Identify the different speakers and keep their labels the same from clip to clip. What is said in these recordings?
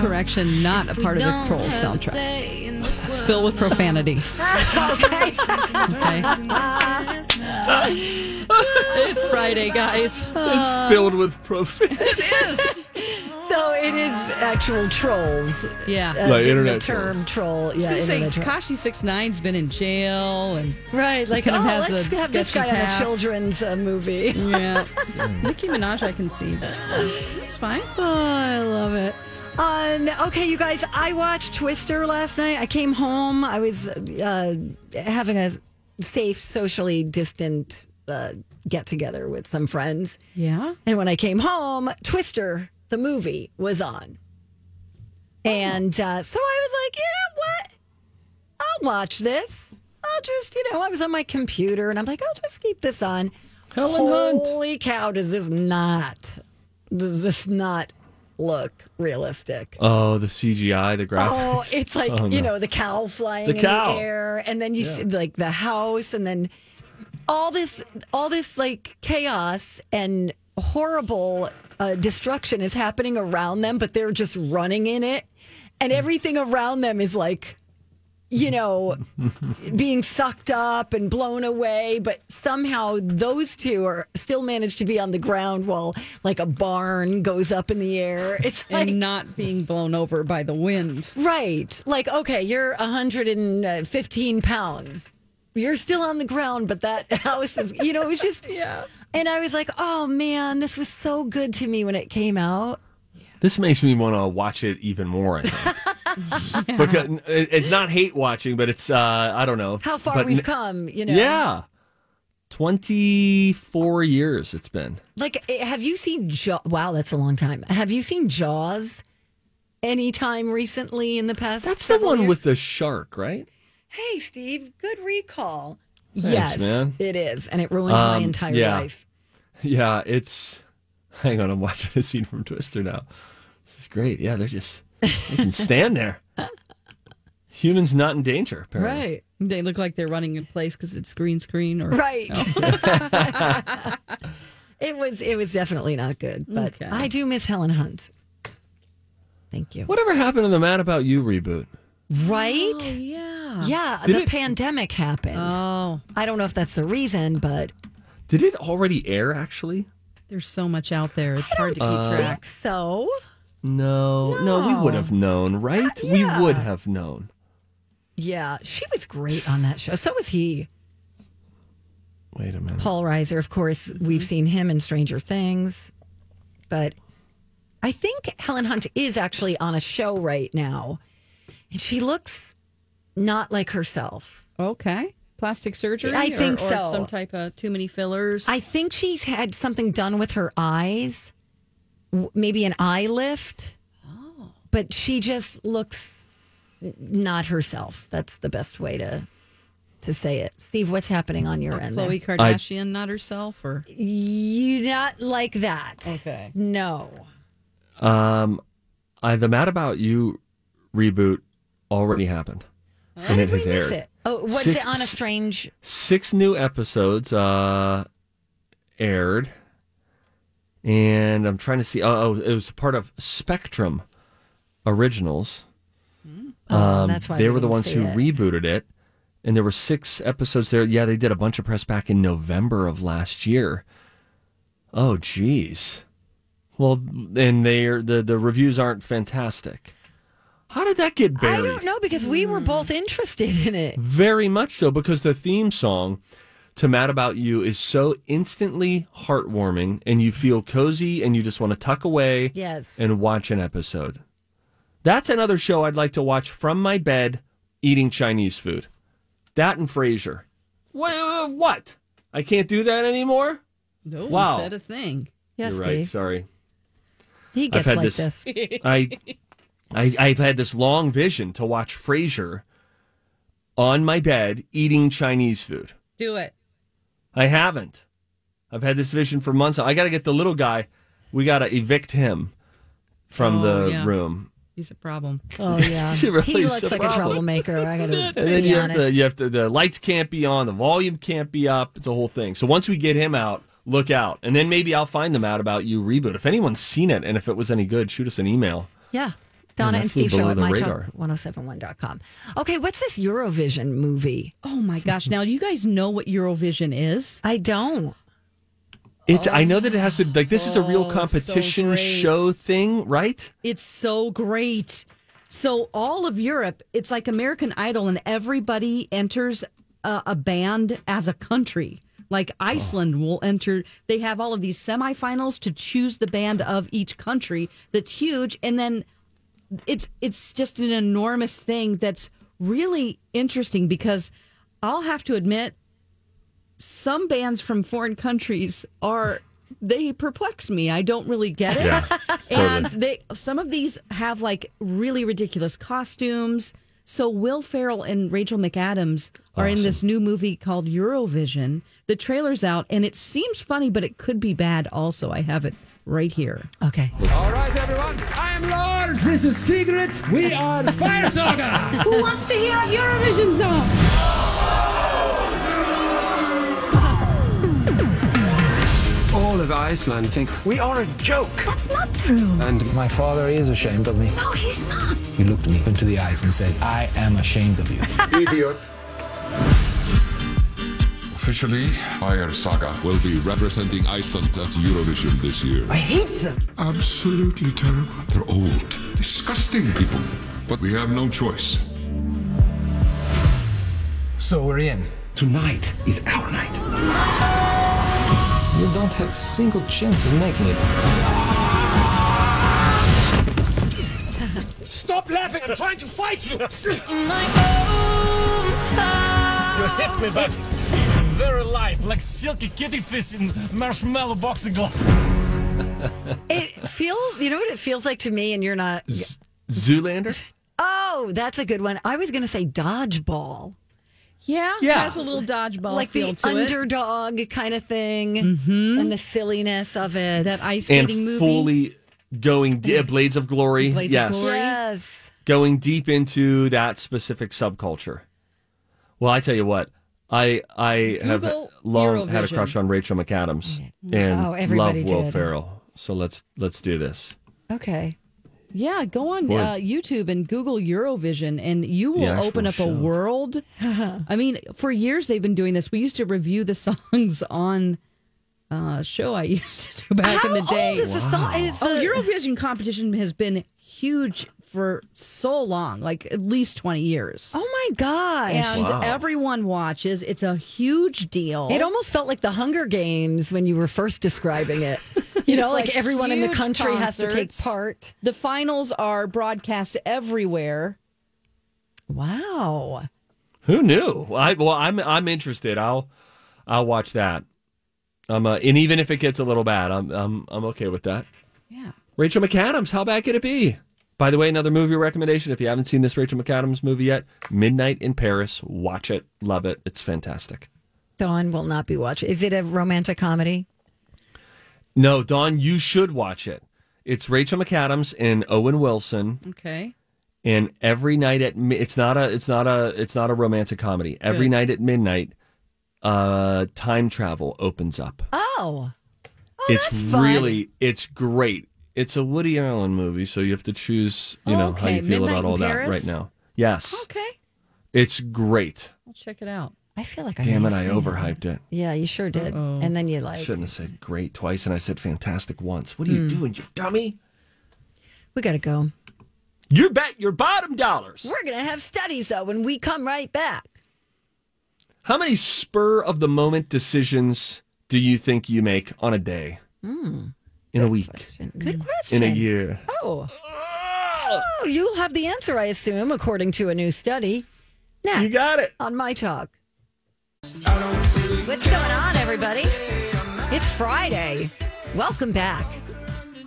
Speaker 1: Correction, not a part of the Kroll soundtrack. It's filled with profanity. okay. it's Friday, guys.
Speaker 2: It's filled with profanity.
Speaker 3: So it is actual trolls.
Speaker 1: Yeah.
Speaker 3: That's
Speaker 2: Like
Speaker 3: in
Speaker 2: internet
Speaker 3: the term troll.
Speaker 1: I
Speaker 3: Yeah,
Speaker 1: was gonna
Speaker 3: internet
Speaker 1: say
Speaker 3: troll.
Speaker 1: Takashi 69's been in jail and
Speaker 3: right. Like,
Speaker 1: kind
Speaker 3: oh,
Speaker 1: of has
Speaker 3: let's
Speaker 1: a
Speaker 3: have this
Speaker 1: sketchy
Speaker 3: guy
Speaker 1: past.
Speaker 3: on a children's uh, movie.
Speaker 1: yeah. Nicki Minaj I can see. but It's fine.
Speaker 3: Oh, I love it. Um, okay, you guys, I watched Twister last night. I came home. I was uh, having a safe, socially distant uh, get together with some friends.
Speaker 1: Yeah.
Speaker 3: And when I came home, Twister, the movie, was on.
Speaker 2: Oh.
Speaker 3: And uh, so I was like, you know what? I'll watch this. I'll just, you know, I was on my computer and I'm like, I'll just keep this on.
Speaker 2: Helen Hunt.
Speaker 3: Holy cow, does this not, does this not look realistic?
Speaker 2: Oh, the CGI, the graphics.
Speaker 3: Oh, it's like you know the cow flying
Speaker 2: The
Speaker 3: in
Speaker 2: cow.
Speaker 3: the air, and then you see like the house, and then all this, all this like chaos and horrible uh, destruction is happening around them, but they're just running in it, and everything around them is like, you know, being sucked up and blown away, but somehow those two are still managed to be on the ground while like a barn goes up in the air. It's like
Speaker 1: And not being blown over by the wind.
Speaker 3: Right. Like, okay, you're 115 uh, pounds. You're still on the ground, but that house is, you know, it was just. yeah. And I was like, oh man, this was so good to me when it came out.
Speaker 2: This makes me want to watch it even more. I think. Because it- it's not hate watching, but it's uh, I don't know
Speaker 3: How far
Speaker 2: But
Speaker 3: we've
Speaker 2: n-
Speaker 3: come, you know.
Speaker 2: Yeah, twenty four years it's been.
Speaker 3: Like, eh, have you seen Jaws? Wow, that's a long time. Have you seen Jaws anytime recently in the past?
Speaker 2: That's the
Speaker 3: several
Speaker 2: one
Speaker 3: years?
Speaker 2: with the shark, right?
Speaker 3: Hey, Steve, good recall. yes,
Speaker 2: Thanks, man.
Speaker 3: it is. And it ruined my
Speaker 2: Um,
Speaker 3: entire
Speaker 2: yeah.
Speaker 3: life.
Speaker 2: Yeah, it's. Hang on, I'm watching a scene from Twister now. This is great. Yeah, they're just they can stand there. Humans not in danger, apparently.
Speaker 3: Right.
Speaker 1: They look like they're running in place because it's green screen or
Speaker 3: Right. it was it was definitely not good, but
Speaker 1: Okay.
Speaker 3: I do miss Helen Hunt. Thank you.
Speaker 2: Whatever happened to the Mad About You reboot?
Speaker 3: Right?
Speaker 1: Oh, yeah.
Speaker 3: Yeah,
Speaker 2: Did
Speaker 3: the
Speaker 2: it-
Speaker 3: pandemic happened.
Speaker 1: Oh,
Speaker 3: I don't know if that's the reason, but
Speaker 2: Did it already air? Actually,
Speaker 1: there's so much out there. It's hard to keep track.
Speaker 3: so
Speaker 2: no, no, we would have known, right? We would have known.
Speaker 3: yeah, she was great on that show. So was he.
Speaker 2: Wait a minute.
Speaker 3: Paul Reiser, of course, we've seen him in Stranger Things, but I think Helen Hunt is actually on a show right now, and she looks not like herself.
Speaker 1: Okay. Plastic surgery?
Speaker 3: I
Speaker 1: or-
Speaker 3: think
Speaker 1: or
Speaker 3: so.
Speaker 1: Some type of too many fillers.
Speaker 3: I think she's had something done with her eyes, w- maybe an eye lift. Oh. But she just looks n- not herself. That's the best way to to say it. Steve, what's happening on your end?
Speaker 1: Oh, Chloe
Speaker 3: There?
Speaker 1: Kardashian, not herself, or
Speaker 3: You not like that.
Speaker 1: Okay.
Speaker 3: No.
Speaker 2: Um, I, the Mad About You reboot already happened, and it has
Speaker 3: When is
Speaker 2: aired.
Speaker 3: it? Oh, what's
Speaker 2: Six-
Speaker 3: it on a
Speaker 2: s-
Speaker 3: strange?
Speaker 2: Six new episodes uh, aired, and I'm trying to see. Oh, oh, it was part of Spectrum Originals.
Speaker 3: Oh, that's why
Speaker 2: Um, they
Speaker 3: we
Speaker 2: were the
Speaker 3: didn't
Speaker 2: ones
Speaker 3: see
Speaker 2: who
Speaker 3: it.
Speaker 2: rebooted it, and there were six episodes there. Yeah, they did a bunch of press back in November of last year. Oh, geez. Well, and they are the the reviews aren't fantastic. How did that get buried?
Speaker 3: I don't know because we
Speaker 1: Hmm.
Speaker 3: were both interested in it.
Speaker 2: Very much so, because the theme song to Mad About You is so instantly heartwarming, and you feel cozy, and you just want to tuck away
Speaker 3: Yes.
Speaker 2: and watch an episode. That's another show I'd like to watch from my bed eating Chinese food. That and Frasier. What? what? I can't do that anymore?
Speaker 1: No
Speaker 2: Wow.
Speaker 1: one said a thing.
Speaker 3: Yes,
Speaker 2: You're right.
Speaker 3: Steve.
Speaker 2: Sorry.
Speaker 3: He gets
Speaker 2: had
Speaker 3: like
Speaker 2: this-
Speaker 3: this.
Speaker 2: I, I I've had this long vision to watch Frasier on my bed eating Chinese food.
Speaker 1: Do it.
Speaker 2: I haven't. I've had this vision for months. I got to get the little guy. We got to evict him from
Speaker 1: Oh,
Speaker 2: the
Speaker 1: yeah.
Speaker 2: room.
Speaker 1: He's a problem.
Speaker 3: Oh yeah,
Speaker 2: She really
Speaker 3: he
Speaker 2: is
Speaker 3: looks
Speaker 2: a
Speaker 3: like a
Speaker 2: problem.
Speaker 3: troublemaker. I gotta
Speaker 2: And then
Speaker 3: be
Speaker 2: you have
Speaker 3: honest.
Speaker 2: to you have to the lights can't be on, the volume can't be up. It's a whole thing. So once we get him out, look out. And then maybe I'll find them out about you reboot. If anyone's seen it and if it was any good, shoot us an email.
Speaker 3: Yeah. Donna
Speaker 2: that
Speaker 3: and
Speaker 2: flew
Speaker 3: Steve show
Speaker 2: below
Speaker 3: at
Speaker 2: the radar.
Speaker 3: mytalk1071.com. Okay, what's this Eurovision movie?
Speaker 1: Oh my gosh. Now, do you guys know what Eurovision is?
Speaker 3: I don't.
Speaker 2: It's I know that it has to like this is a real
Speaker 1: Oh, so
Speaker 2: competition
Speaker 1: great.
Speaker 2: show thing, right?
Speaker 1: It's so great. So all of Europe, it's like American Idol, and everybody enters a, a band as a country. Like Iceland will enter. They have all of these semifinals to choose the band of each country. That's huge, and then it's it's just an enormous thing that's really interesting because I'll have to admit some bands from foreign countries are they perplex me. I don't really get it. and they some of these have like really ridiculous costumes. So Will Farrell and Rachel McAdams are in this new movie called Eurovision. The trailer's out and it seems funny but it could be bad also. I have it right here.
Speaker 3: Okay.
Speaker 4: All right, everyone. I am Lars. This is Secret. We are Fire Saga.
Speaker 5: Who wants to hear a Eurovision song?
Speaker 4: All of Iceland thinks we are a joke.
Speaker 5: That's not true.
Speaker 4: And my father is ashamed of me.
Speaker 5: No, he's not.
Speaker 4: He looked me into the eyes and said, I am ashamed of you. Idiot.
Speaker 6: Officially, Fire Saga will be representing Iceland at Eurovision this year. I hate them. Absolutely terrible. They're old, disgusting people. But we have no choice.
Speaker 4: So we're in. Tonight is our night. You don't have a single chance of making it. Stop laughing! I'm trying to fight you!
Speaker 7: You hit me, but very light, like silky kitty fish in marshmallow boxing glove.
Speaker 3: It feels, you know what it feels like to me, and you're not.
Speaker 2: Zoolander?
Speaker 3: Oh, that's a good one. I was going to say dodgeball,
Speaker 1: Yeah,
Speaker 2: Yeah.
Speaker 1: has a little dodgeball
Speaker 3: like
Speaker 1: feel
Speaker 3: the
Speaker 1: to it.
Speaker 3: underdog kind of thing, and the silliness of it.
Speaker 1: That ice
Speaker 2: And
Speaker 1: skating movie.
Speaker 2: fully going de- uh, Blades of Glory.
Speaker 1: Blades of
Speaker 2: yes.
Speaker 1: Glory.
Speaker 3: yes,
Speaker 2: Going deep into that specific subculture. Well, I tell you what, I I have
Speaker 1: Google
Speaker 2: long had a
Speaker 1: Eurovision. Mm.
Speaker 2: crush on Rachel McAdams and
Speaker 3: Oh,
Speaker 2: love
Speaker 3: everybody
Speaker 2: Will
Speaker 3: did.
Speaker 2: Ferrell. So let's let's do this.
Speaker 3: okay.
Speaker 1: Yeah, go on
Speaker 2: Boy.
Speaker 1: uh, YouTube and Google Eurovision, and you
Speaker 2: The
Speaker 1: will
Speaker 2: actual
Speaker 1: open up
Speaker 2: show.
Speaker 1: a world. I mean, for years they've been doing this. We used to review the songs on uh, show I used to do back
Speaker 3: How
Speaker 1: in the day.
Speaker 3: old is the song? Is
Speaker 1: oh,
Speaker 3: the-
Speaker 1: Eurovision competition has been huge for so long, like at least twenty years,
Speaker 3: oh my gosh!
Speaker 1: and
Speaker 2: Wow.
Speaker 1: everyone watches. It's a huge deal.
Speaker 3: It almost felt like the Hunger Games when you were first describing it. You know,
Speaker 1: It's
Speaker 3: like,
Speaker 1: like
Speaker 3: everyone in the
Speaker 1: huge
Speaker 3: country has to take
Speaker 1: concerts.
Speaker 3: part.
Speaker 1: the finals are broadcast everywhere.
Speaker 3: Wow.
Speaker 2: Who knew? I well, I'm I'm interested. I'll I'll watch that. I'm uh, and even if it gets a little bad, I'm I'm I'm okay with that.
Speaker 1: Yeah.
Speaker 2: Rachel McAdams, how bad could it be? By the way, another movie recommendation. If you haven't seen this Rachel McAdams movie yet, Midnight in Paris. Watch it, love it. It's fantastic.
Speaker 3: Dawn will not be watching. Is it a romantic comedy?
Speaker 2: No, Don, you should watch it. It's Rachel McAdams and Owen Wilson.
Speaker 1: Okay.
Speaker 2: and every night at mi- it's not a it's not a it's not a romantic comedy. Every night at midnight, uh, time travel opens up.
Speaker 3: Oh.
Speaker 2: it's
Speaker 3: that's fun.
Speaker 2: really it's great. It's a Woody Allen movie, so you have to choose you know how
Speaker 1: Okay,
Speaker 2: you feel
Speaker 1: Midnight
Speaker 2: about
Speaker 1: in
Speaker 2: all that
Speaker 1: Paris?
Speaker 2: right now. Yes,
Speaker 1: Okay.
Speaker 2: it's great.
Speaker 1: I'll check it out.
Speaker 3: I feel like I
Speaker 2: Damn
Speaker 3: may
Speaker 2: it,
Speaker 3: have
Speaker 2: I
Speaker 3: seen
Speaker 2: overhyped it.
Speaker 3: Yeah, you sure did. And then you like.
Speaker 2: Shouldn't have said great twice, and I said fantastic once. What are
Speaker 3: Hmm.
Speaker 2: you doing, you dummy?
Speaker 3: We gotta go.
Speaker 2: You bet your bottom dollars.
Speaker 3: We're gonna have studies though when we come right back.
Speaker 2: How many spur of the moment decisions do you think you make on a day, in a week,
Speaker 3: Hmm. Good question.
Speaker 2: in a year?
Speaker 3: Oh. Oh, you'll have the answer, I assume, according to a new study. Next.
Speaker 2: You got it.
Speaker 3: On my talk. What's going on, everybody? It's Friday. Welcome back.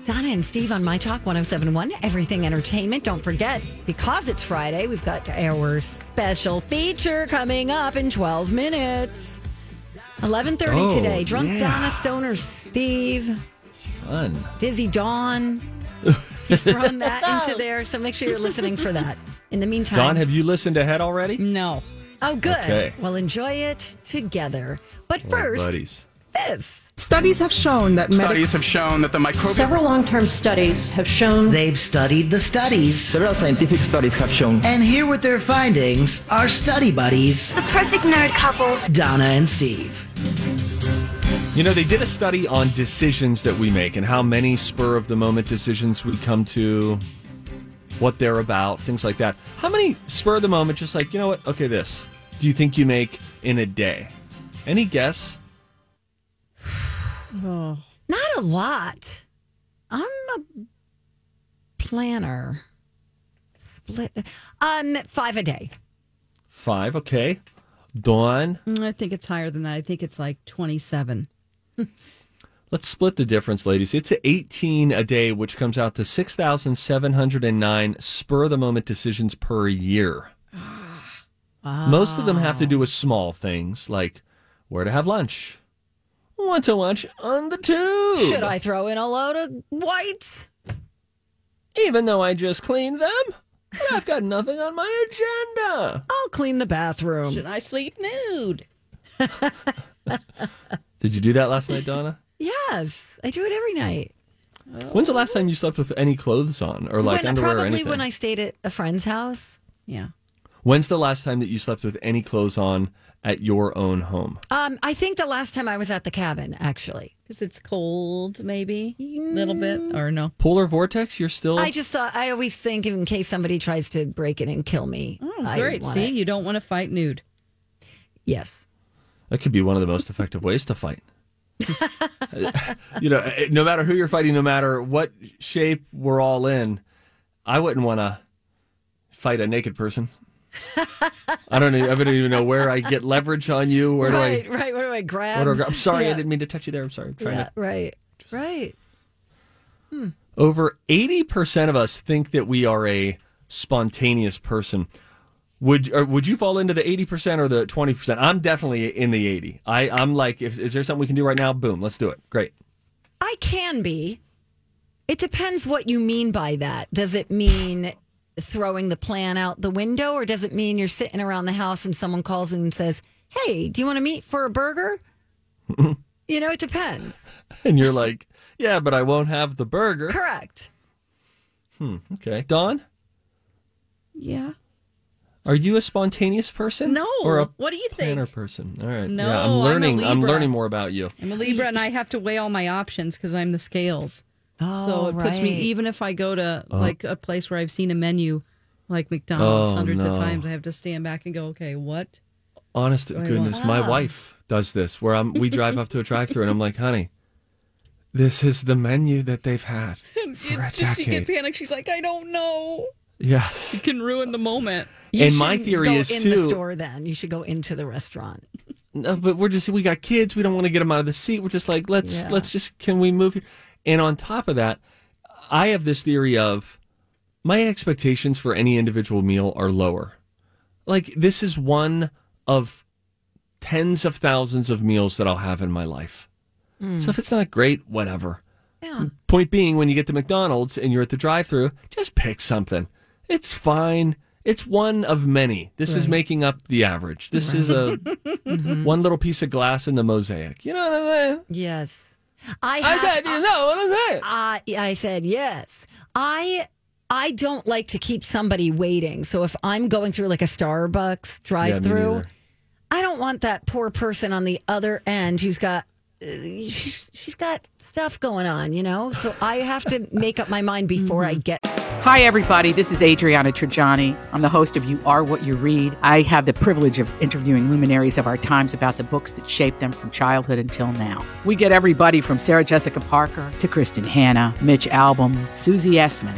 Speaker 3: Donna and Steve on My Talk 1071, Everything Entertainment. Don't forget, because it's Friday, we've got our special feature coming up in 12 minutes. 11.30
Speaker 2: Oh,
Speaker 3: today. Drunk
Speaker 2: yeah.
Speaker 3: Donna Stoner Steve.
Speaker 2: Fun.
Speaker 3: Busy Dawn. He's thrown that into there, so make sure you're listening for that. In the meantime,
Speaker 2: Don, have you listened ahead already?
Speaker 1: No.
Speaker 3: oh, good.
Speaker 2: Okay.
Speaker 3: Well, enjoy it together. But
Speaker 2: All right,
Speaker 3: first,
Speaker 2: buddies.
Speaker 3: this.
Speaker 8: Studies have shown that medical
Speaker 9: Studies have shown that the microbial
Speaker 5: Several long term studies have shown
Speaker 10: They've studied the studies,
Speaker 7: Several scientific studies have shown
Speaker 10: and here with their findings are study buddies
Speaker 5: the perfect nerd couple.
Speaker 10: Donna and Steve.
Speaker 2: You know, they did a study on decisions that we make and how many spur of the moment decisions we come to, what they're about, things like that. How many spur of the moment, just like, you know what, okay, this, do you think you make in a day? Any guess?
Speaker 3: Not a lot. I'm a planner. Split. Um, five a day.
Speaker 2: Five, okay. Dawn,
Speaker 1: Mm, I think it's higher than that. I think it's like 27.
Speaker 2: let's split the difference, ladies. It's 18 a day, which comes out to 6,709 spur of the moment decisions per year.
Speaker 3: Ah.
Speaker 2: Most of them have to do with small things like where to have lunch, what to watch on the tube.
Speaker 3: Should I throw in a load of whites?
Speaker 2: Even though I just cleaned them, but I've got nothing on my agenda.
Speaker 3: I'll clean the bathroom.
Speaker 1: Should I sleep nude?
Speaker 2: Did you do that last night, Donna?
Speaker 3: Yes, I do it every night.
Speaker 2: When's the last time you slept with any clothes on or like
Speaker 3: when,
Speaker 2: underwear or
Speaker 3: probably
Speaker 2: anything?
Speaker 3: when I stayed at a friend's house.
Speaker 1: Yeah.
Speaker 2: When's the last time that you slept with any clothes on at your own home?
Speaker 3: Um, I think the last time I was at the cabin, actually.
Speaker 1: Because it's cold, maybe a little bit, or no?
Speaker 2: Polar vortex? You're still.
Speaker 3: I just thought I always think in case somebody tries to break it and kill me.
Speaker 1: Oh,
Speaker 3: I
Speaker 1: great.
Speaker 3: want
Speaker 1: See,
Speaker 3: it.
Speaker 1: you don't want to fight nude.
Speaker 3: yes,
Speaker 2: That could be one of the most effective ways to fight. you know, eh, no matter who you're fighting, no matter what shape we're all in, I wouldn't want to fight a naked person. I don't. know- I don't even know where I get leverage on you. Where do
Speaker 3: right,
Speaker 2: I?
Speaker 3: right. What do I grab?
Speaker 2: Where do I go? I'm sorry, I didn't mean to touch you there. I'm sorry. I'm trying
Speaker 3: Yeah,
Speaker 2: to.
Speaker 3: right, right.
Speaker 2: Over 80% of us think that we are a spontaneous person. Would or would you fall into the 80% or the 20%? I'm definitely in the 80. I, I'm like, if, is there something we can do right now? Boom, let's do it. Great.
Speaker 3: I can be. It depends what you mean by that. Does it mean throwing the plan out the window, or does it mean you're sitting around the house and someone calls and says, "Hey, do you want to meet for a burger?" you know, it depends.
Speaker 2: And you're like, yeah, but I won't have the burger.
Speaker 3: Correct.
Speaker 2: Okay. Don,
Speaker 1: Yeah.
Speaker 2: are you a spontaneous person?
Speaker 1: No.
Speaker 2: Or a
Speaker 1: What do you think?
Speaker 2: planner person? All right.
Speaker 1: No,
Speaker 2: Yeah,
Speaker 1: I'm
Speaker 2: I'm
Speaker 1: a
Speaker 2: learning. I'm,
Speaker 1: Libra.
Speaker 2: learning more about you.
Speaker 1: I'm a Libra and I have to weigh all my options because I'm the scales. so it puts me,
Speaker 3: right.
Speaker 1: even if I go to like a place where I've seen a menu like McDonald's
Speaker 2: Uh-huh. Oh,
Speaker 1: hundreds of
Speaker 2: no.
Speaker 1: times, I have to stand back and go, okay, what?
Speaker 2: Honest to goodness, my wife does this where I'm, we drive up to a drive through and I'm like, honey, this is the menu that they've had for a
Speaker 1: Just she
Speaker 2: decade.
Speaker 1: can panic. She's like, I don't know.
Speaker 2: yes.
Speaker 1: Can ruin the moment.
Speaker 2: and my
Speaker 3: shouldn't
Speaker 2: theory
Speaker 3: go
Speaker 2: is
Speaker 3: in
Speaker 2: too.
Speaker 3: the store. Then you should go into the restaurant.
Speaker 2: No, but we're just we got kids. We don't want to get them out of the seat. We're just like let's let's just can we move here? And on top of that, I have this theory of my expectations for any individual meal are lower. Like this is one of tens of thousands of meals that I'll have in my life. So if it's not great, whatever.
Speaker 3: Yeah.
Speaker 2: Point being, when you get to McDonald's and you're at the drive-through, just pick something. It's fine. It's one of many. This is making up the average. This is a
Speaker 1: Mm-hmm.
Speaker 2: one little piece of glass in the mosaic. You know what I'm saying?
Speaker 3: Yes. I,
Speaker 2: I
Speaker 3: have,
Speaker 2: said, you know what I'm saying?
Speaker 3: I, I said yes. I I don't like to keep somebody waiting. So if I'm going through like a Starbucks drive through,
Speaker 2: neither.
Speaker 3: I don't want that poor person on the other end who's got uh, she's she's got stuff going on, you know. So I have to make up my mind before
Speaker 1: Mm-hmm.
Speaker 3: I get.
Speaker 9: Hi, everybody. This is Adriana Trajani. I'm the host of You Are What You Read. I have the privilege of interviewing luminaries of our times about the books that shaped them from childhood until now. We get everybody from Sarah Jessica Parker to Kristen Hanna, Mitch Albom, Susie Essman,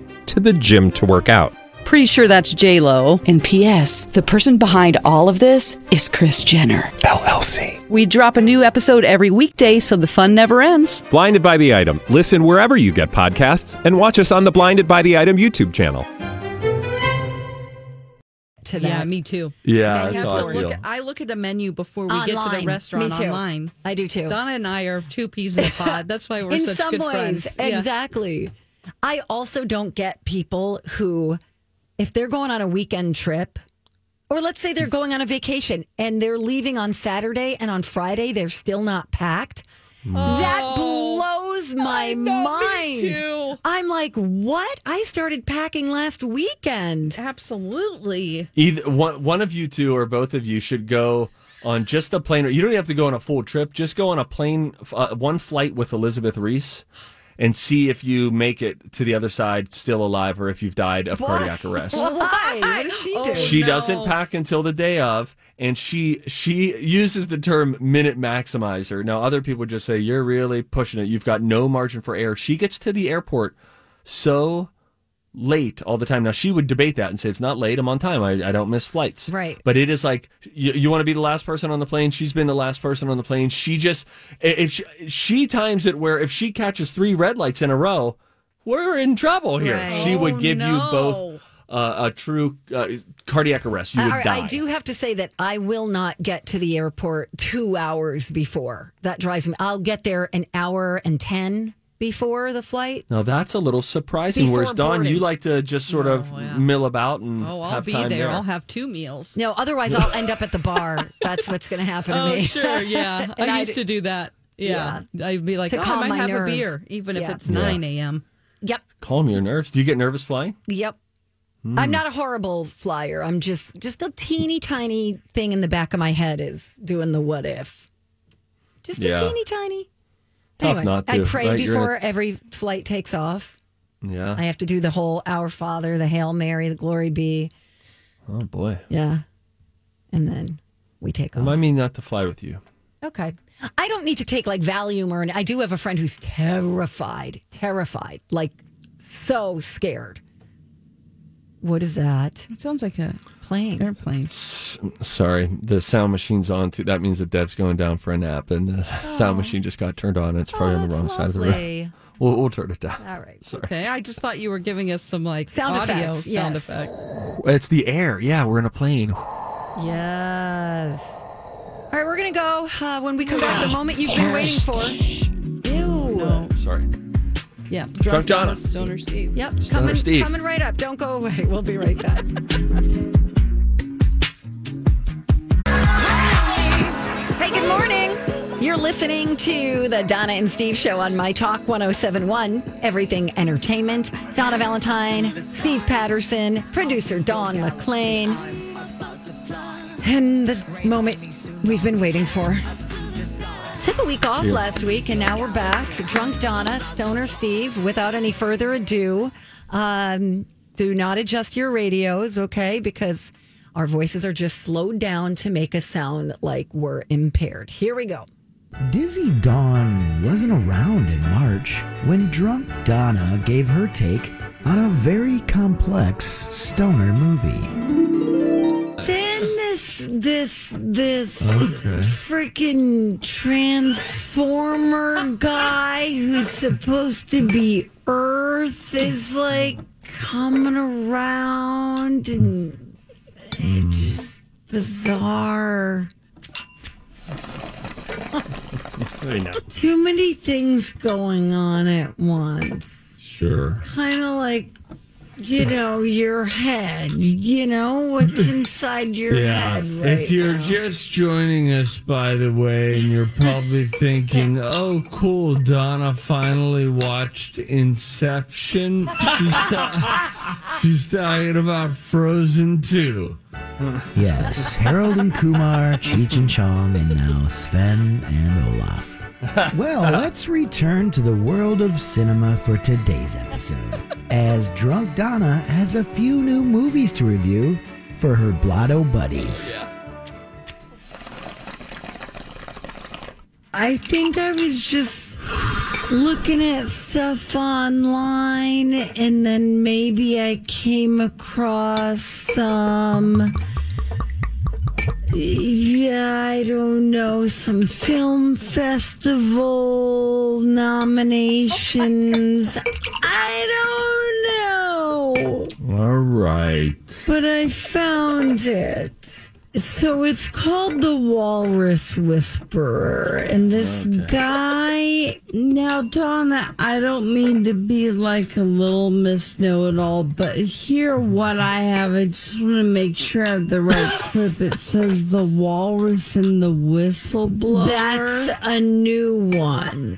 Speaker 11: to the gym to work out.
Speaker 1: Pretty sure that's J Lo. And P.S. The person behind all of this is Chris Jenner LLC. We drop a new episode every weekday, so the fun never ends.
Speaker 11: Blinded by the item. Listen wherever you get podcasts, and watch us on the Blinded by the Item YouTube channel.
Speaker 3: to that.
Speaker 1: Yeah, me too.
Speaker 2: Yeah,
Speaker 1: you
Speaker 2: Uh, that's
Speaker 1: have
Speaker 2: how
Speaker 1: to
Speaker 2: I
Speaker 1: look
Speaker 2: feel.
Speaker 1: at, I look at a menu before we get to
Speaker 3: Online.
Speaker 1: the restaurant
Speaker 3: Me too.
Speaker 1: online.
Speaker 3: I do too.
Speaker 1: Donna and I are two peas in a pod. That's why we're
Speaker 3: in
Speaker 1: such
Speaker 3: some
Speaker 1: good
Speaker 3: ways,
Speaker 1: friends. Yeah.
Speaker 3: exactly. I also don't get people who, if they're going on a weekend trip, or let's say they're going on a vacation and they're leaving on Saturday and on Friday they're still not packed.
Speaker 1: Oh,
Speaker 3: That blows my mind.
Speaker 1: too.
Speaker 3: I'm like, what? I started packing last weekend.
Speaker 1: Absolutely.
Speaker 2: Either one, one of you two or both of you should go on just a plane. You don't have to go on a full trip. Just go on a plane, uh, one flight with Elizabeth Reese, and see if you make it to the other side still alive or if you've died of cardiac arrest.
Speaker 3: Why? What does she do?
Speaker 2: She
Speaker 1: Oh, no.
Speaker 2: doesn't pack until the day of, and she she uses the term minute maximizer. Now other people just say you're really pushing it. You've got no margin for error. She gets to the airport so late all the time. Now she would debate that and say it's not late. I'm on time. I, I don't miss flights.
Speaker 3: Right.
Speaker 2: But it is like you, you want to be the last person on the plane. She's been the last person on the plane. She just i- if she, she times it where if she catches three red lights in a row, we're in trouble here.
Speaker 3: Right.
Speaker 2: She would
Speaker 1: Oh,
Speaker 2: give you
Speaker 1: no.
Speaker 2: both uh, a true uh, cardiac arrest. You would
Speaker 3: All right,
Speaker 2: die.
Speaker 3: I do have to say that I will not get to the airport two hours before. That drives me. I'll get there an hour and 10 before the flight.
Speaker 2: Now that's a little surprising.
Speaker 3: Before
Speaker 2: Whereas Don,
Speaker 3: boarding.
Speaker 2: you like to just sort of mill about and
Speaker 1: Oh, I'll
Speaker 2: have
Speaker 1: be
Speaker 2: time
Speaker 1: there. I'll have two meals.
Speaker 3: No, otherwise I'll end up at the bar. That's what's going to happen to
Speaker 1: Oh,
Speaker 3: me.
Speaker 1: sure. Yeah.
Speaker 3: And
Speaker 1: I
Speaker 3: I
Speaker 1: used to do that. Yeah. I'd be like,
Speaker 3: To
Speaker 1: oh,
Speaker 3: calm
Speaker 1: I
Speaker 3: my
Speaker 1: might have
Speaker 3: nerves.
Speaker 1: a beer, even if
Speaker 3: Yeah.
Speaker 1: it's 9 a.m.
Speaker 3: Yep.
Speaker 2: Calm your nerves. Do you get nervous flying?
Speaker 3: Yep.
Speaker 2: Hmm.
Speaker 3: I'm not a horrible flyer. I'm just just a teeny tiny thing in the back of my head is doing the what if. Just
Speaker 2: Yeah.
Speaker 3: a teeny tiny.
Speaker 2: Tough not
Speaker 3: I
Speaker 2: to,
Speaker 3: pray
Speaker 2: right? You're in a-
Speaker 3: before every flight takes off.
Speaker 2: Yeah.
Speaker 3: I have to do the whole Our Father, the Hail Mary, the Glory Be.
Speaker 2: oh boy.
Speaker 3: Yeah. And then we take off.
Speaker 2: Remind me not to fly with you.
Speaker 3: Okay. I don't need to take like Valium or an. I do have a friend who's terrified, terrified, like so scared. What is that?
Speaker 12: It sounds like a
Speaker 3: Plane.
Speaker 12: airplane.
Speaker 2: Sorry, the sound machine's on too. That means that Deb's going down for a nap, and the sound machine just got turned on. And it's probably on the wrong side of the room.
Speaker 3: Oh. Lovely.
Speaker 2: We'll, we'll turn it down.
Speaker 3: All right.
Speaker 1: Okay. I just thought you were giving us some like
Speaker 3: Sound
Speaker 1: audio
Speaker 3: effects,
Speaker 1: sound
Speaker 3: yes.
Speaker 1: effects.
Speaker 2: It's the air. Yeah, we're in a plane.
Speaker 3: Yes. All right, we're going to go uh, when we come back. The moment you've been waiting for. Ew.
Speaker 2: Sorry.
Speaker 1: Yeah.
Speaker 2: Drunk Donna.
Speaker 1: Stoner Steve.
Speaker 3: Yep.
Speaker 2: Stoner
Speaker 3: Coming,
Speaker 2: Steve.
Speaker 3: coming right up. Don't go away. We'll be right back. hey, good morning. You're listening to the Donna and Steve show on My Talk 1071, Everything Entertainment. Donna Valentine, Steve Patterson, producer Dawn McLean. And the moment we've been waiting for. Took a week off last week, and now we're back. Drunk Donna, Stoner Steve. Without any further ado, um, do not adjust your radios, okay? Because our voices are just slowed down to make us sound like we're impaired. Here we go.
Speaker 10: Dizzy Dawn wasn't around in March when drunk Donna gave her take on a very complex stoner movie.
Speaker 3: Then this, this, this freaking transformer guy who's supposed to be Earth is like coming around and it's just bizarre.
Speaker 13: Very nice.
Speaker 3: Too many things going on at once.
Speaker 13: Sure.
Speaker 3: Kind of like, you know, your head. You know what's inside your head right
Speaker 2: if you're just joining us, by the way, and you're probably thinking, "Oh, cool, Donna finally watched Inception." She's, ta- she's talking about Frozen Two.
Speaker 10: Yes, Harold and Kumar, Cheech and Chong, and now Sven and Olaf. Well, let's return to the world of cinema for today's episode, as Drunk Donna has a few new movies to review for her blotto buddies.
Speaker 3: I think I was just looking at stuff online and then maybe I came across some yeah, I don't know, some film festival nominations. I don't know
Speaker 2: All right.
Speaker 3: but I found it. So it's called The Walrus Whisperer. And this guy, now, Donna, I don't mean to be like a little Miss Know It All, but here what I have, I just want to make sure I have the right clip. It says The Walrus and the Whistleblower. That's a new one.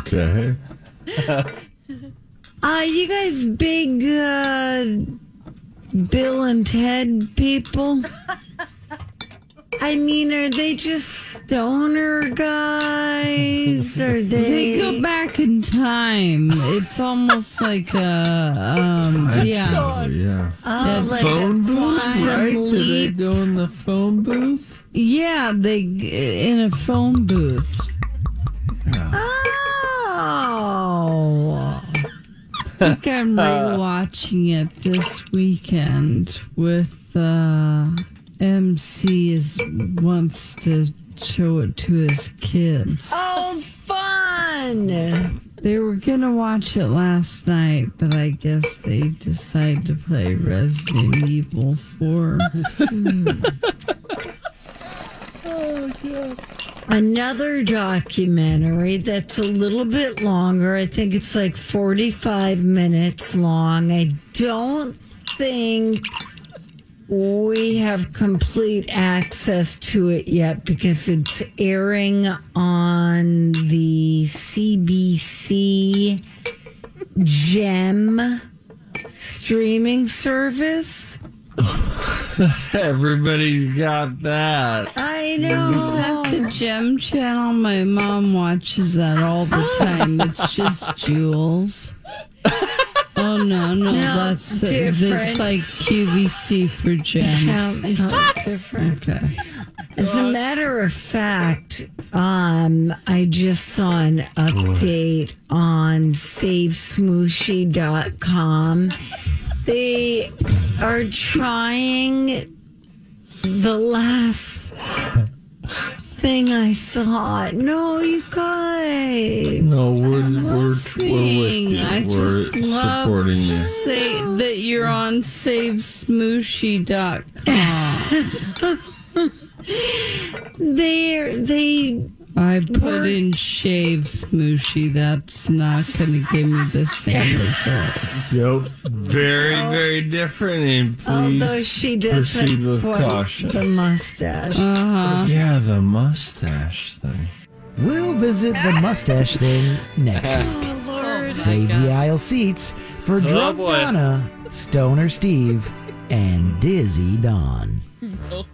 Speaker 2: Okay.
Speaker 3: Uh, you guys, big uh, Bill and Ted people. I mean, are they just stoner guys? Are they?
Speaker 1: They go back in time. It's almost like a um, yeah.
Speaker 2: Yeah.
Speaker 3: Oh, like a quantum leap.
Speaker 2: go in the phone booth?
Speaker 1: Yeah, they g- in a phone booth.
Speaker 3: Oh.
Speaker 1: I think I'm rewatching it this weekend with uh, MC is wants to show it to his kids.
Speaker 3: Oh, fun!
Speaker 1: They were gonna watch it last night, but I guess they decided to play Resident Evil 4.
Speaker 3: Another documentary that's a little bit longer. I think it's like 45 minutes long. I don't think we have complete access to it yet because it's airing on the CBC Gem streaming service.
Speaker 2: Everybody's got that.
Speaker 3: I
Speaker 1: know. Is that the Gem channel? My mom watches that all the time. It's just jewels. Oh no, no,
Speaker 3: No,
Speaker 1: that's uh,
Speaker 3: different.
Speaker 1: this like QVC for gems.
Speaker 3: No, no, different.
Speaker 1: Okay.
Speaker 3: As a matter of fact, um, I just saw an update on savesmooshy.com. They are trying the last thing I saw. No, you guys.
Speaker 2: No, we're, we're, we're with
Speaker 1: Thing.
Speaker 2: you.
Speaker 1: I
Speaker 2: we're
Speaker 1: just love
Speaker 2: supporting you.
Speaker 1: say that you're on savesmooshy.com.
Speaker 3: They they
Speaker 1: I put in shave smooshy. That's not going to give me the same result.
Speaker 2: Nope. Very, very different. And please
Speaker 3: although she
Speaker 2: proceed
Speaker 3: doesn't
Speaker 2: with
Speaker 3: quite
Speaker 2: caution.
Speaker 3: the mustache.
Speaker 2: Yeah, the mustache thing.
Speaker 10: We'll visit the mustache thing next week. Save the aisle seats for Drunk
Speaker 3: boy.
Speaker 10: Donna, Stoner Steve, and Dizzy Don.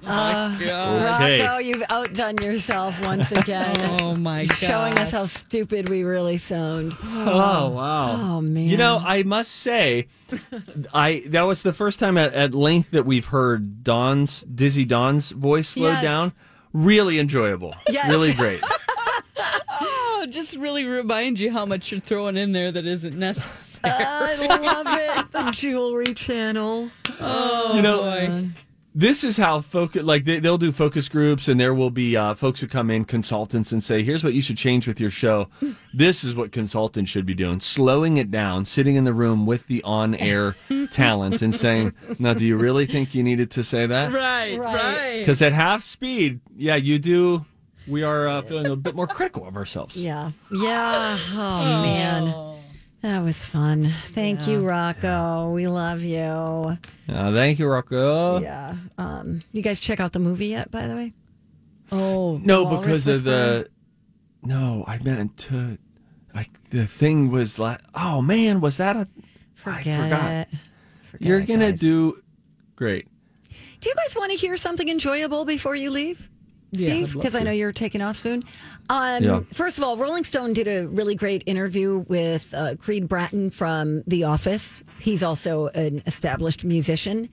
Speaker 14: Uh,
Speaker 10: Okay.
Speaker 14: Rocco, you've outdone yourself once again.
Speaker 1: oh my
Speaker 14: god! Showing us
Speaker 1: gosh.
Speaker 14: how stupid we really sound.
Speaker 13: Oh wow!
Speaker 14: Oh man!
Speaker 13: You know, I must say, I that was the first time at, at length that we've heard Don's Dizzy Don's voice slowed
Speaker 14: Yes.
Speaker 13: down. Really enjoyable.
Speaker 1: Yes.
Speaker 13: Really great.
Speaker 1: Oh, just really remind you how much you're throwing in there that isn't necessary.
Speaker 14: I love it. The jewelry channel.
Speaker 1: Oh,
Speaker 13: you know, this is how focus. Like they, they'll do focus groups, and there will be uh, folks who come in, consultants, and say, "Here's what you should change with your show. This is what consultants should be doing: slowing it down, sitting in the room with the on-air talent, and saying, "Now, do you really think you needed to say that?"
Speaker 1: right, right.
Speaker 13: Because at half speed, yeah, you do
Speaker 2: we are uh, feeling a bit more critical of ourselves.
Speaker 3: Yeah. Yeah. Oh, man. That was fun. Thank you, Rocco. We love you.
Speaker 2: Uh, thank you, Rocco.
Speaker 3: Yeah. Um, you guys check out the movie yet, by the way? Oh,
Speaker 2: No,
Speaker 3: Walrus
Speaker 2: because of
Speaker 3: Whisperer?
Speaker 2: the. No, I meant to. Like the thing was like, oh man, was that a?
Speaker 3: Forget
Speaker 2: I forgot.
Speaker 3: it.
Speaker 2: You're gonna do great.
Speaker 3: Do you guys want to hear something enjoyable before you leave?
Speaker 2: Yeah, I'd love
Speaker 3: because I
Speaker 2: to.
Speaker 3: know you're taking off soon. Um,
Speaker 2: Yeah.
Speaker 3: First of all, Rolling Stone did a really great interview with uh, Creed Bratton from The Office. He's also an established musician.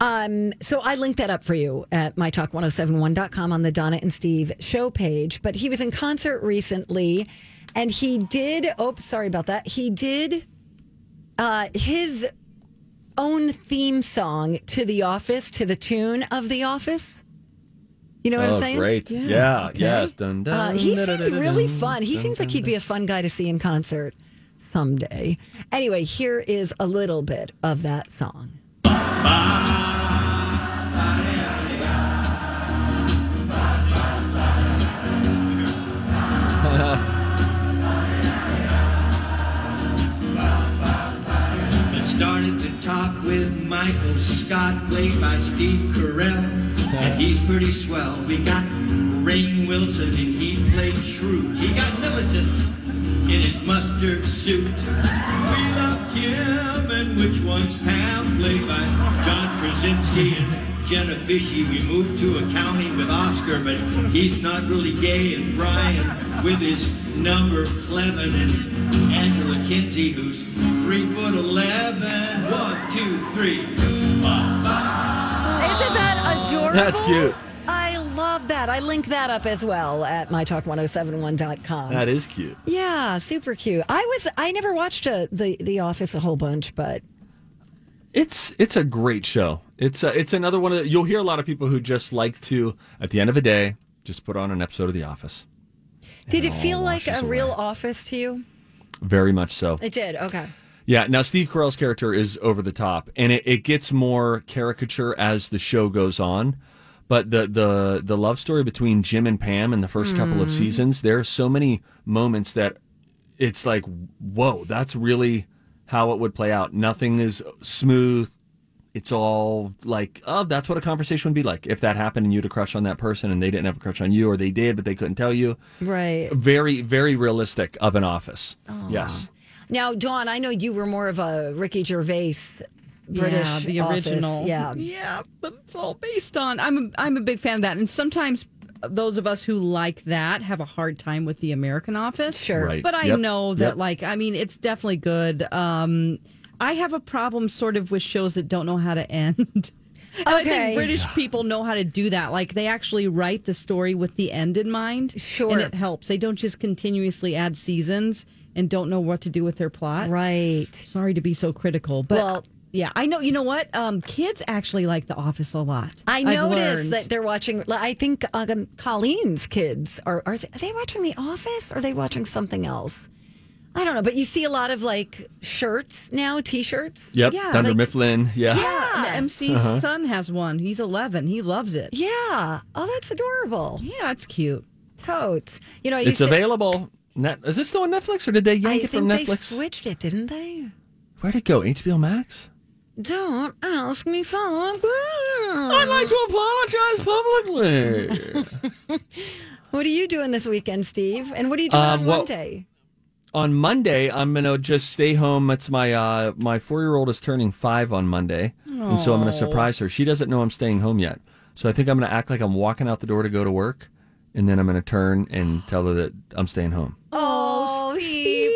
Speaker 3: Um, so I linked that up for you at mytalk1071.com on the Donna and Steve show page. But he was in concert recently and he did, oh, sorry about that. He did uh, his own theme song to The Office, to the tune of The Office. You know what I'm
Speaker 2: Oh,
Speaker 3: saying?
Speaker 2: Great. Yeah. yeah Yes. Dun,
Speaker 3: Uh,
Speaker 2: dun,
Speaker 3: he
Speaker 2: dun,
Speaker 3: seems
Speaker 2: dun, dun,
Speaker 3: really
Speaker 2: dun.
Speaker 3: fun. He seems like he'd be a fun guy to see in concert someday. Anyway, here is a little bit of that song.
Speaker 15: It started at the top with Michael Scott, played by Steve Carell. And he's pretty swell. We got Ray Wilson, and he played Shrew. He got militant in his mustard suit. We love Jim and which one's Pam, played by John Krasinski and Jenna Fishy. We moved to accounting with Oscar, but he's not really gay. And Brian with his number Clevin and Angela Kinsey, who's three foot eleven. One, two, three.
Speaker 3: Isn't that adorable?
Speaker 2: That's cute.
Speaker 3: I love that. I link that up as well at mytalk1071.com.
Speaker 2: That is cute.
Speaker 3: Yeah, super cute. I was I never watched uh the The Office a whole bunch, but
Speaker 2: It's it's a great show. It's a, it's another one of the, you'll hear a lot of people who just like to at the end of a day just put on an episode of The Office.
Speaker 3: did it feel like a
Speaker 2: washes
Speaker 3: real Office to you?
Speaker 2: Very much so.
Speaker 3: It did. Okay.
Speaker 2: Yeah. Now Steve Carell's character is over the top, and it, it gets more caricature as the show goes on. But the the the love story between Jim and Pam in the first couple of
Speaker 16: Mm.
Speaker 2: seasons, there are so many moments that it's like, whoa, that's really how it would play out. Nothing is smooth. It's all like, oh, that's what a conversation would be like if that happened and you had a crush on that person and they didn't have a crush on you, or they did but they couldn't tell you.
Speaker 3: Right.
Speaker 2: Very, very realistic of an office. Yes.
Speaker 3: Now, Dawn, I know you were more of a Ricky Gervais British
Speaker 1: yeah, the
Speaker 3: Office.
Speaker 1: original.
Speaker 3: Yeah.
Speaker 1: yeah, but it's all based on. I'm a, I'm a big fan of that, and sometimes those of us who like that have a hard time with the American Office.
Speaker 3: Sure,
Speaker 16: Right.
Speaker 1: but I
Speaker 16: Yep.
Speaker 1: know that,
Speaker 16: Yep.
Speaker 1: like, I mean, it's definitely good. Um, I have a problem sort of with shows that don't know how to end. And I
Speaker 3: Okay.
Speaker 1: think British people know how to do that. Like they actually write the story with the end in mind.
Speaker 3: Sure.
Speaker 1: And it helps. They don't just continuously add seasons and don't know what to do with their plot.
Speaker 3: Right.
Speaker 1: Sorry to be so critical, but
Speaker 3: Well-
Speaker 1: yeah, I know. You know what? Um, kids actually like The Office a lot.
Speaker 3: I
Speaker 1: I've
Speaker 3: noticed
Speaker 1: learned.
Speaker 3: that they're watching. I think um, Colleen's kids are. Are they watching The Office? Or are they watching something else? I don't know. But you see a lot of like shirts now, T-shirts.
Speaker 2: Yep. Dunder
Speaker 1: like-
Speaker 2: Mifflin. Yeah.
Speaker 1: Yeah, the MC's
Speaker 2: Uh-huh.
Speaker 1: son has one. He's 11. He loves it.
Speaker 3: Yeah. Oh, that's adorable.
Speaker 1: Yeah, it's cute.
Speaker 3: Totes. You know, I
Speaker 2: It's
Speaker 3: used to-
Speaker 2: available. Net, is this still on Netflix or did they
Speaker 3: I
Speaker 2: yank it
Speaker 3: think
Speaker 2: from
Speaker 3: they
Speaker 2: Netflix?
Speaker 3: switched it, didn't they?
Speaker 2: Where'd it go? HBO Max?
Speaker 3: Don't ask me follow up.
Speaker 2: I'd like to apologize publicly.
Speaker 3: What are you doing this weekend, Steve? And what are you doing
Speaker 2: Um,
Speaker 3: on
Speaker 2: well-
Speaker 3: Monday?
Speaker 2: on Monday, I'm gonna just stay home. It's my uh, my four year old is turning five on Monday, and so I'm gonna
Speaker 16: Aw.
Speaker 2: surprise her. She doesn't know I'm staying home yet, so I think I'm gonna act like I'm walking out the door to go to work, and then I'm gonna turn and tell her that I'm staying home.
Speaker 1: Oh, Steve.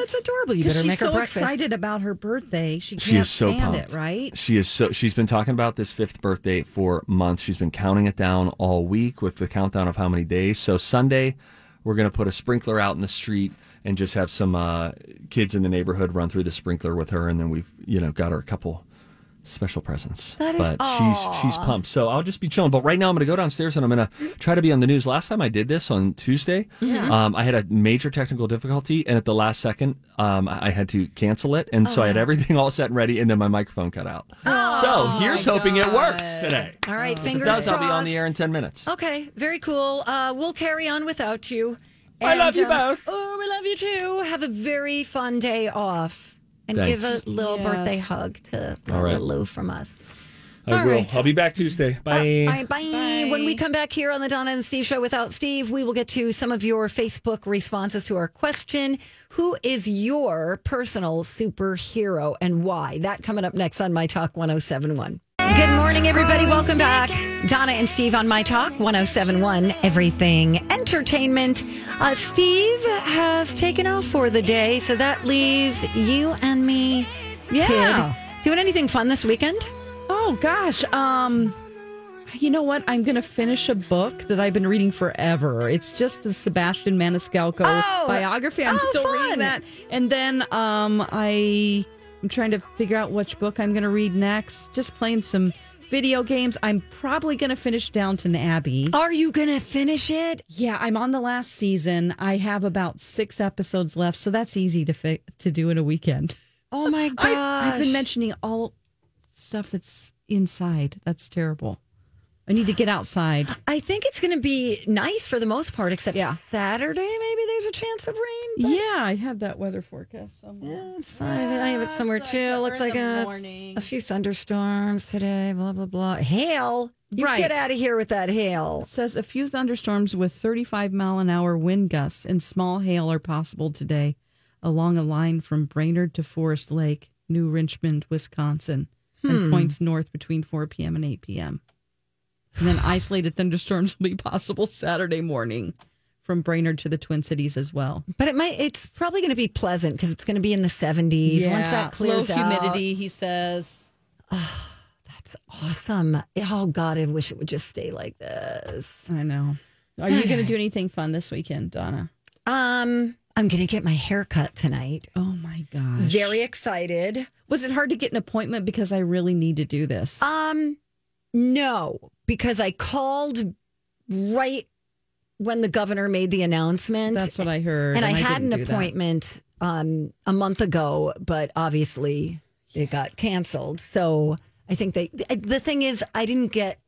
Speaker 3: that's adorable.
Speaker 1: You
Speaker 3: better
Speaker 1: she's
Speaker 3: make her
Speaker 1: so
Speaker 3: breakfast.
Speaker 1: excited about her birthday. She can't
Speaker 2: She is so
Speaker 1: stand
Speaker 2: pumped.
Speaker 1: it, right?
Speaker 2: She is so she's been talking about this fifth birthday for months. She's been counting it down all week with the countdown of how many days. So Sunday, we're gonna put a sprinkler out in the street and just have some uh, kids in the neighborhood run through the sprinkler with her, and then we've you know got her a couple special presence.
Speaker 3: That is-
Speaker 2: but she's she's
Speaker 3: Aw.
Speaker 2: pumped. So I'll just be chilling. But right now I'm going to go downstairs and I'm going to try to be on the news. Last time I did this on Tuesday,
Speaker 3: Mhm.
Speaker 2: um, I had a major technical difficulty, and at the last second, um, I I had to cancel it, and so I
Speaker 3: Oh,
Speaker 2: had everything all set and ready, and then my microphone cut out. so here's hoping it works today.
Speaker 3: All right,
Speaker 2: If it
Speaker 3: Oh fingers
Speaker 2: does,
Speaker 3: crossed.
Speaker 2: I'll be on the air in ten minutes.
Speaker 3: Okay, very cool. Uh, we'll carry on without you.
Speaker 2: I love you
Speaker 3: both. Oh, we love you too. Have a very fun day off, and
Speaker 2: Thanks.
Speaker 3: give a little
Speaker 12: Yes.
Speaker 3: birthday hug to
Speaker 2: All right.
Speaker 3: Lou from us.
Speaker 2: I
Speaker 3: All
Speaker 2: will.
Speaker 3: right.
Speaker 2: I'll be back Tuesday. Bye.
Speaker 3: All right, bye. When we come back here on the Donna and Steve show without Steve, we will get to some of your Facebook responses to our question Who is your personal superhero and why? That coming up next on My Talk 1071. Good morning, everybody. Welcome back. Donna and Steve on My Talk 1071, Everything Entertainment. Uh, Steve has taken off for the day, so that leaves you and me.
Speaker 12: Yeah.
Speaker 3: Kid. Doing anything fun this weekend?
Speaker 1: Oh gosh, um you know what? I'm going to finish a book that I've been reading forever. It's just the Sebastian Maniscalco
Speaker 12: Oh.
Speaker 1: biography. I'm
Speaker 12: Oh,
Speaker 1: still
Speaker 12: fun.
Speaker 1: reading that. And then um I I'm trying to figure out which book I'm going to read next. Just playing some video games. I'm probably going to finish Downton Abbey.
Speaker 3: Are you going to finish it?
Speaker 1: Yeah, I'm on the last season. I have about 6 episodes left, so that's easy to fi- to do in a weekend.
Speaker 3: Oh my gosh.
Speaker 1: I, I've been mentioning all stuff that's inside. That's terrible. I need to get outside.
Speaker 3: I think it's going to be nice for the most part, except Saturday, maybe there's a chance of rain. but-
Speaker 1: Yeah, I had that weather forecast somewhere.
Speaker 3: So I, I have it somewhere too. Looks like a, a few thunderstorms today, blah, blah, blah. Hail. You
Speaker 1: Right.
Speaker 3: Get out of here with that hail.
Speaker 1: says a few thunderstorms with 35 mile an hour wind gusts and small hail are possible today along a line from Brainerd to Forest Lake, New Richmond, Wisconsin,
Speaker 12: Hmm.
Speaker 1: and points north between 4 p.m. and 8 p.m. And then isolated thunderstorms will be possible Saturday morning from Brainerd to the Twin Cities as well.
Speaker 3: But it might, it's probably going to be pleasant because it's going to be in the 70s. Once that clears
Speaker 1: low
Speaker 3: out.
Speaker 1: humidity, he says.
Speaker 3: Awesome. Oh, God, I wish it would just stay like this.
Speaker 1: I know. Are you going to do anything fun this weekend, Donna?
Speaker 3: Um, I'm going to get my hair cut tonight.
Speaker 1: Oh, my gosh.
Speaker 3: Very excited.
Speaker 1: Was it hard to get an appointment because I really need to do this?
Speaker 3: Um, no, because I called right when the governor made the announcement.
Speaker 1: That's what I heard.
Speaker 3: and, I, had
Speaker 1: didn't
Speaker 3: an
Speaker 1: do that.
Speaker 3: appointment um a month ago, but obviously it got canceled. So I think they. The thing is, I didn't get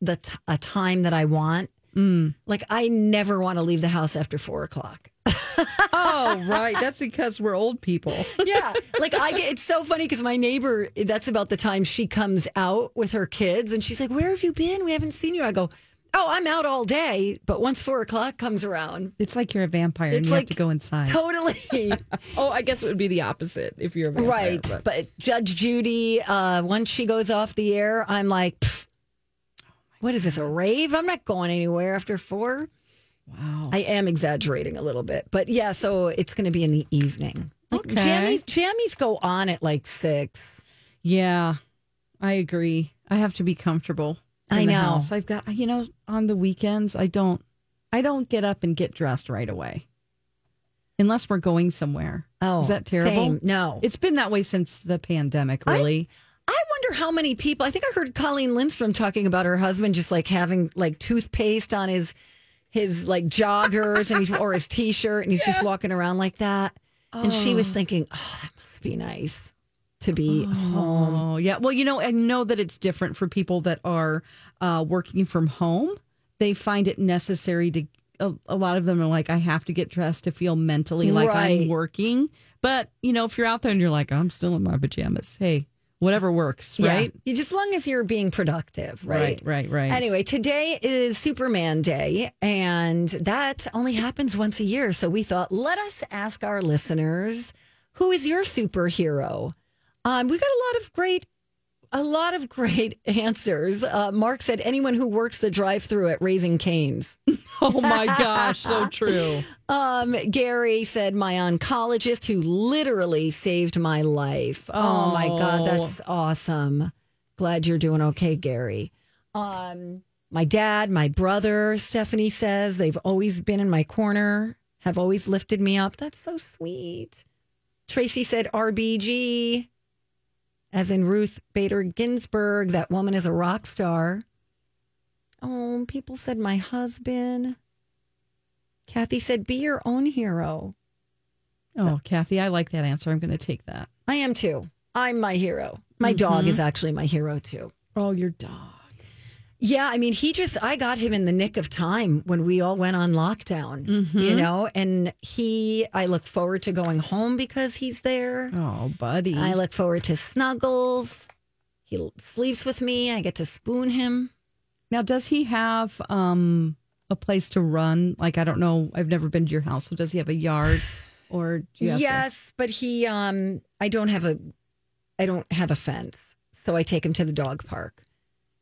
Speaker 3: the t- a time that I want.
Speaker 1: Mm.
Speaker 3: Like I never want to leave the house after four o'clock.
Speaker 1: oh, right. That's because we're old people.
Speaker 3: yeah like i get it's so funny because my neighbor that's about the time she comes out with her kids and she's like where have you been we haven't seen you i go oh i'm out all day but once four o'clock comes around
Speaker 1: It's like you're a vampire and
Speaker 3: It's
Speaker 1: you
Speaker 3: like
Speaker 1: have to go inside.
Speaker 3: totally
Speaker 1: oh, I guess it would be the opposite if you're a vampire.
Speaker 3: right but. judge judy uh once she goes off the air i'm like "Pff, what is this a rave i'm not going anywhere after four
Speaker 1: wow
Speaker 3: i am exaggerating a little bit but yeah so it's going to be in the evening like
Speaker 1: Okay.
Speaker 3: jammies jammies go on at like six
Speaker 1: Yeah, I agree. I have to be comfortable. in
Speaker 3: I
Speaker 1: the
Speaker 3: know.
Speaker 1: house. I've got you know on the weekends I don't I don't get up and get dressed right away. Unless we're going somewhere.
Speaker 3: Oh,
Speaker 1: is that terrible?
Speaker 3: same. No.
Speaker 1: It's been that way since the pandemic, really.
Speaker 3: I wonder how many people. I think I heard Colleen Lindstrom talking about her husband just like having like toothpaste on his his like joggers and he's or his t-shirt and he's just walking around like that. And she was thinking, "Oh, that must be nice to be home."
Speaker 1: oh, yeah. Well, you know, I know that it's different for people that are uh, working from home. They find it necessary to a, a lot of them are like I have to get dressed to feel mentally like
Speaker 3: Right.
Speaker 1: I'm working. But, you know, if you're out there and you're like I'm still in my pajamas, hey, whatever works,
Speaker 3: Yeah.
Speaker 1: right?
Speaker 3: You just as long as you're being productive,
Speaker 1: Right,
Speaker 3: right?
Speaker 1: right, right.
Speaker 3: Anyway, today is Superman Day, and that only happens once a year. So we thought, let us ask our listeners, who is your superhero? Um, we got a lot of great, a lot of great answers. Uh, Mark said, anyone who works the drive-through at Raising Canes.
Speaker 1: Oh my gosh, so true.
Speaker 3: Um, Gary said, my oncologist who literally saved my life. Oh, my God, that's awesome. Glad you're doing okay, Gary. Um, my dad, my brother, Stephanie says they've always been in my corner, have always lifted me up. That's so sweet. Tracy said RBG. as in Ruth Bader Ginsburg. That woman is a rock star. Oh, people said my husband. Kathy said, be your own hero.
Speaker 1: Oh, Kathy, I like that answer. I'm going to take that.
Speaker 3: I am too. I'm my hero. My dog
Speaker 1: Mhm.
Speaker 3: is actually my hero too.
Speaker 1: Oh, your dog.
Speaker 3: Yeah, I mean, he just, I got him in the nick of time when we all went on lockdown, you
Speaker 1: Mhm.
Speaker 3: know, and he, I look forward to going home because he's there.
Speaker 1: Oh, buddy.
Speaker 3: I look forward to snuggles. He l- sleeps with me. I get to spoon him.
Speaker 1: Now, does he have um, a place to run? Like, I don't know. I've never been to your house. So, does he have a yard or? do you have to-
Speaker 3: yes, but he, um, I don't have a, I don't have a fence. So I take him to the dog park.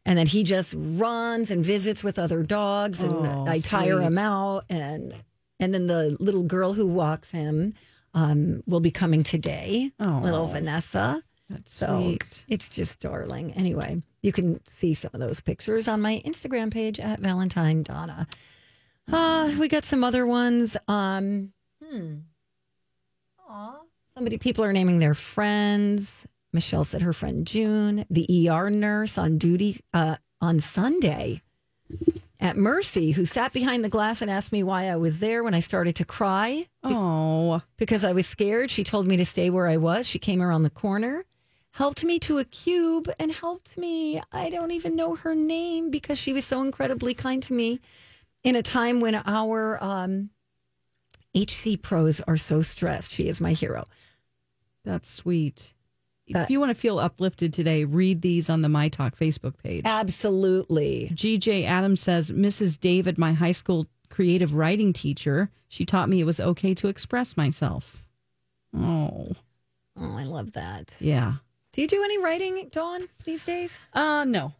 Speaker 3: And then he just runs and visits with other dogs and
Speaker 1: Oh,
Speaker 3: I tire him
Speaker 1: sweet.
Speaker 3: out and and then the little girl who walks him um, will be coming today.
Speaker 1: Oh.
Speaker 3: Little Vanessa. That's so
Speaker 1: sweet.
Speaker 3: it's just darling. Anyway, you can see some of those pictures on my Instagram page at Valentine Donna. Uh, we got some other ones. Um, hmm. Aw, somebody, people are naming their friends. Michelle said her friend June, the ER nurse on duty uh, on Sunday at Mercy, who sat behind the glass and asked me why I was there when I started to cry.
Speaker 1: Oh,
Speaker 3: Because I was scared. She told me to stay where I was. She came around the corner, helped me to a cube, and helped me. I don't even know her name because she was so incredibly kind to me in a time when our um, HC pros are so stressed. She is my hero.
Speaker 1: that's sweet.
Speaker 3: That-
Speaker 1: if you want to feel uplifted today, read these on the My Talk Facebook page.
Speaker 3: Absolutely.
Speaker 1: GJ Adams says, Mrs. David, my high school creative writing teacher, she taught me it was okay to express myself. Oh,
Speaker 3: Oh, I love that.
Speaker 1: yeah.
Speaker 3: Do you do any writing, Dawn, these days?
Speaker 1: Uh, no.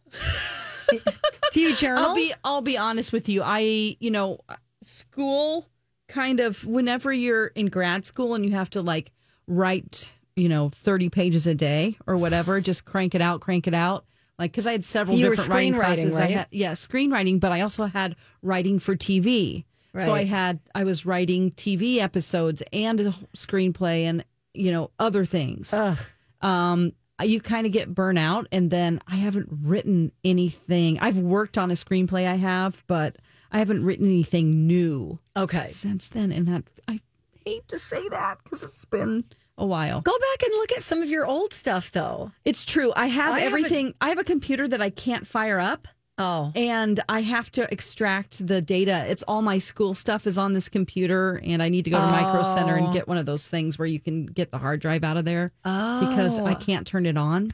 Speaker 3: Do you journal?
Speaker 1: I'll be I'll be honest with you. I you know school kind of whenever you're in grad school and you have to like write you know 30 pages a day or whatever just crank it out crank it out like because i had several
Speaker 3: You were
Speaker 1: different writing
Speaker 3: screenwriting,
Speaker 1: classes i
Speaker 3: right?
Speaker 1: had yeah screenwriting but i also had writing for tv so i
Speaker 3: Right.
Speaker 1: had i was writing tv episodes and a screenplay and you know other things um, you kind of get burnt out. And then I haven't written anything. I've worked on a screenplay I have, but I haven't written anything new.
Speaker 3: Okay.
Speaker 1: Since then, and that I hate to say that because it's been a while.
Speaker 3: Go back and look at some of your old stuff, though.
Speaker 1: It's true. I have
Speaker 3: I haven't-
Speaker 1: everything. I have a computer that I can't fire up.
Speaker 3: Oh.
Speaker 1: And I have to extract the data. It's all my school stuff is on this computer, and I need to go to Micro Center and
Speaker 3: Oh.
Speaker 1: get one of those things where you can get the hard drive out of there because I
Speaker 3: Oh.
Speaker 1: can't turn it on.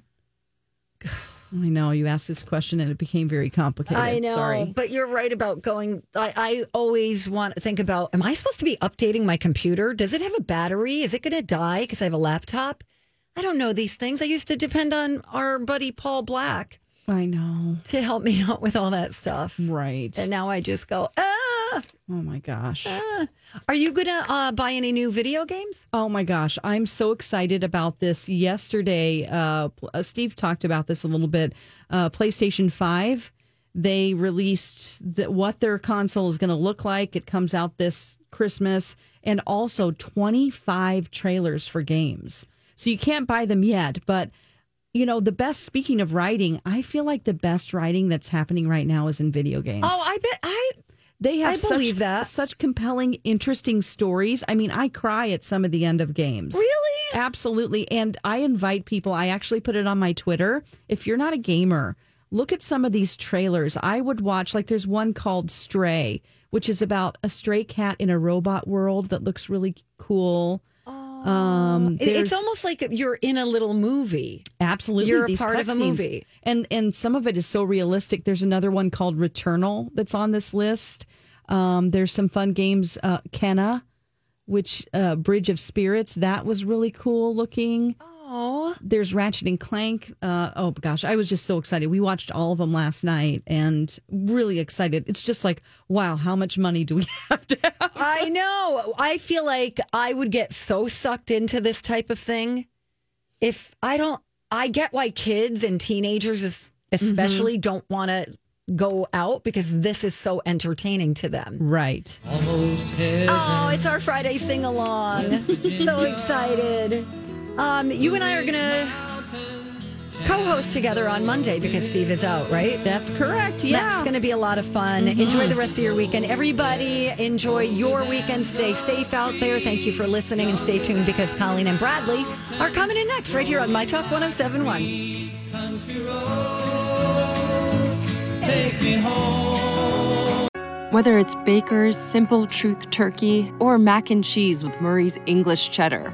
Speaker 1: I know you asked this question and it became very complicated.
Speaker 3: I know,
Speaker 1: Sorry.
Speaker 3: but you're right about going. I, I always want to think about: Am I supposed to be updating my computer? Does it have a battery? Is it going to die because I have a laptop? I don't know these things. I used to depend on our buddy Paul Black
Speaker 1: I know.
Speaker 3: to help me out with all that stuff,
Speaker 1: Right.
Speaker 3: and now Uh, I just go. Ah,
Speaker 1: Oh my gosh.
Speaker 3: are you going to uh, buy any new video games?
Speaker 1: Oh my gosh, I'm so excited about this. Yesterday, uh, pl- uh, Steve talked about this a little bit. Uh, PlayStation 5, they released th- what their console is going to look like. It comes out this Christmas, and also 25 trailers for games. So you can't buy them yet, but you know, the best, speaking of writing, I feel like the best writing that's happening right now is in video games
Speaker 3: Oh, I bet I.
Speaker 1: they have
Speaker 3: I believe
Speaker 1: such,
Speaker 3: that.
Speaker 1: such compelling interesting stories i mean i cry at some of the end of games
Speaker 3: Really?
Speaker 1: absolutely and i invite people i actually put it on my twitter if you're not a gamer look at some of these trailers i would watch like there's one called stray which is about a stray cat in a robot world that looks really cool um
Speaker 3: It- It's
Speaker 1: there's-
Speaker 3: almost like you're in a little movie.
Speaker 1: Absolutely,
Speaker 3: You're a
Speaker 1: these
Speaker 3: part of a
Speaker 1: cutscenes.
Speaker 3: movie.
Speaker 1: and and some of it is so realistic. There's another one called Returnal that's on this list. Um, there's some fun games, uh, Kenna, which uh, Bridge of Spirits that was really cool looking.
Speaker 3: Oh,
Speaker 1: There's Ratchet and Clank. Uh, oh gosh, I was just so excited. We watched all of them last night and really excited. It's just like wow, how much money do we have to have?
Speaker 3: I know. I feel like I would get so sucked into this type of thing. If I don't, I get why kids and teenagers, es- especially, don't want to go out because this is so entertaining to them.
Speaker 1: Right.
Speaker 3: Oh, it's our Friday sing along. So excited. Um, you and I are going to goes together on Monday because Steve is out, right?
Speaker 1: That's correct. Yeah. Mm-hmm.
Speaker 3: That's going to be a lot of fun. Enjoy the rest of your weekend. Everybody, enjoy your weekend. Stay safe out there. Thank you for listening and stay tuned because Colleen and Bradley are coming in next right here on My Talk 1071.
Speaker 17: Take me home.
Speaker 18: Whether it's Baker's Simple Truth Turkey or mac and cheese with Murray's English Cheddar